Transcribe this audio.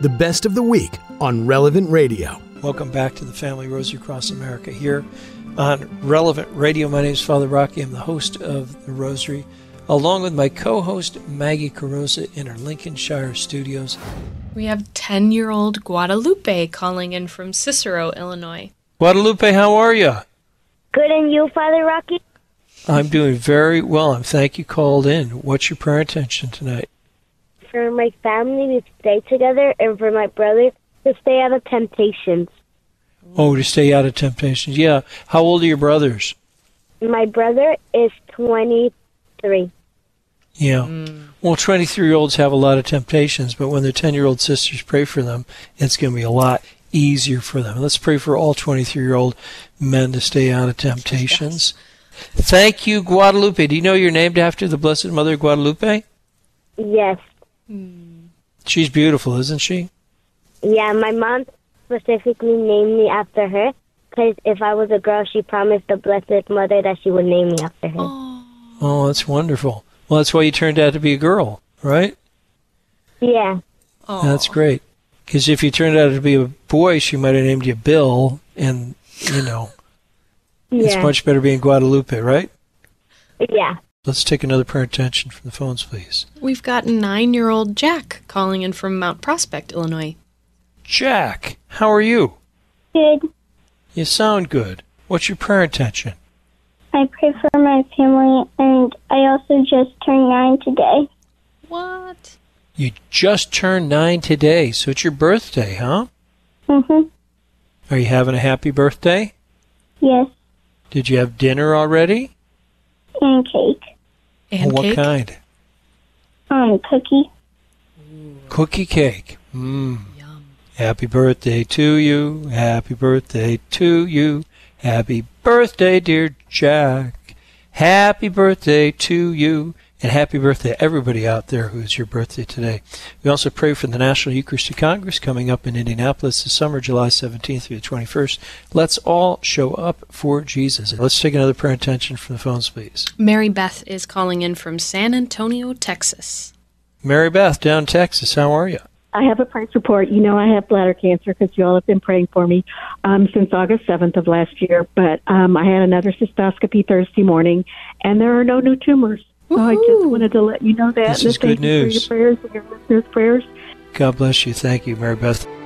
the best of the week on Relevant Radio. Welcome back to the family Rosary Cross America here on Relevant Radio. My name is Father Rocky. I'm the host of the Rosary, along with my co host Maggie Carosa in our Lincolnshire studios. We have 10 year old Guadalupe calling in from Cicero, Illinois. Guadalupe, how are you? Good, and you, Father Rocky? I'm doing very well. And thank you called in. What's your prayer intention tonight? For my family to stay together and for my brother to stay out of temptations. Oh, to stay out of temptations. Yeah. How old are your brothers? My brother is 23. Yeah. Well, 23 year olds have a lot of temptations, but when their 10 year old sisters pray for them, it's going to be a lot easier for them. Let's pray for all 23 year old men to stay out of temptations. Thank you, Guadalupe. Do you know you're named after the Blessed Mother Guadalupe? Yes. She's beautiful, isn't she? Yeah, my mom specifically named me after her because if I was a girl, she promised the Blessed Mother that she would name me after her. Oh, that's wonderful. Well, that's why you turned out to be a girl, right? Yeah. Oh, That's great. Because if you turned out to be a boy, she might have named you Bill, and, you know, it's Yeah. much better being Guadalupe, right? yeah. Let's take another prayer intention from the phones, please. We've got nine year old Jack calling in from Mount Prospect, Illinois. Jack, how are you? Good. You sound good. What's your prayer intention? I pray for my family, and I also just turned nine today. What? You just turned nine today, so it's your birthday, huh? Mm-hmm. Are you having a happy birthday? Yes. Did you have dinner already? And cake. And Oh, what cake? kind? Um, cookie. Cookie cake. Mmm. Yum. Happy birthday to you. Happy birthday to you. Happy birthday, dear Jack. Happy birthday to you. And happy birthday to everybody out there who is your birthday today. We also pray for the National Eucharistic Congress coming up in Indianapolis this summer, July 17th through the 21st. Let's all show up for Jesus. Let's take another prayer intention from the phones, please. Mary Beth is calling in from San Antonio, Texas. Mary Beth, down Texas, how are you? I have a parts report. You know, I have bladder cancer because you all have been praying for me um, since August 7th of last year. But um, I had another cystoscopy Thursday morning, and there are no new tumors. So I just Woohoo. wanted to let you know that. This and is good thank you news. For your prayers and your listeners' prayers. God bless you. Thank you, Mary Beth.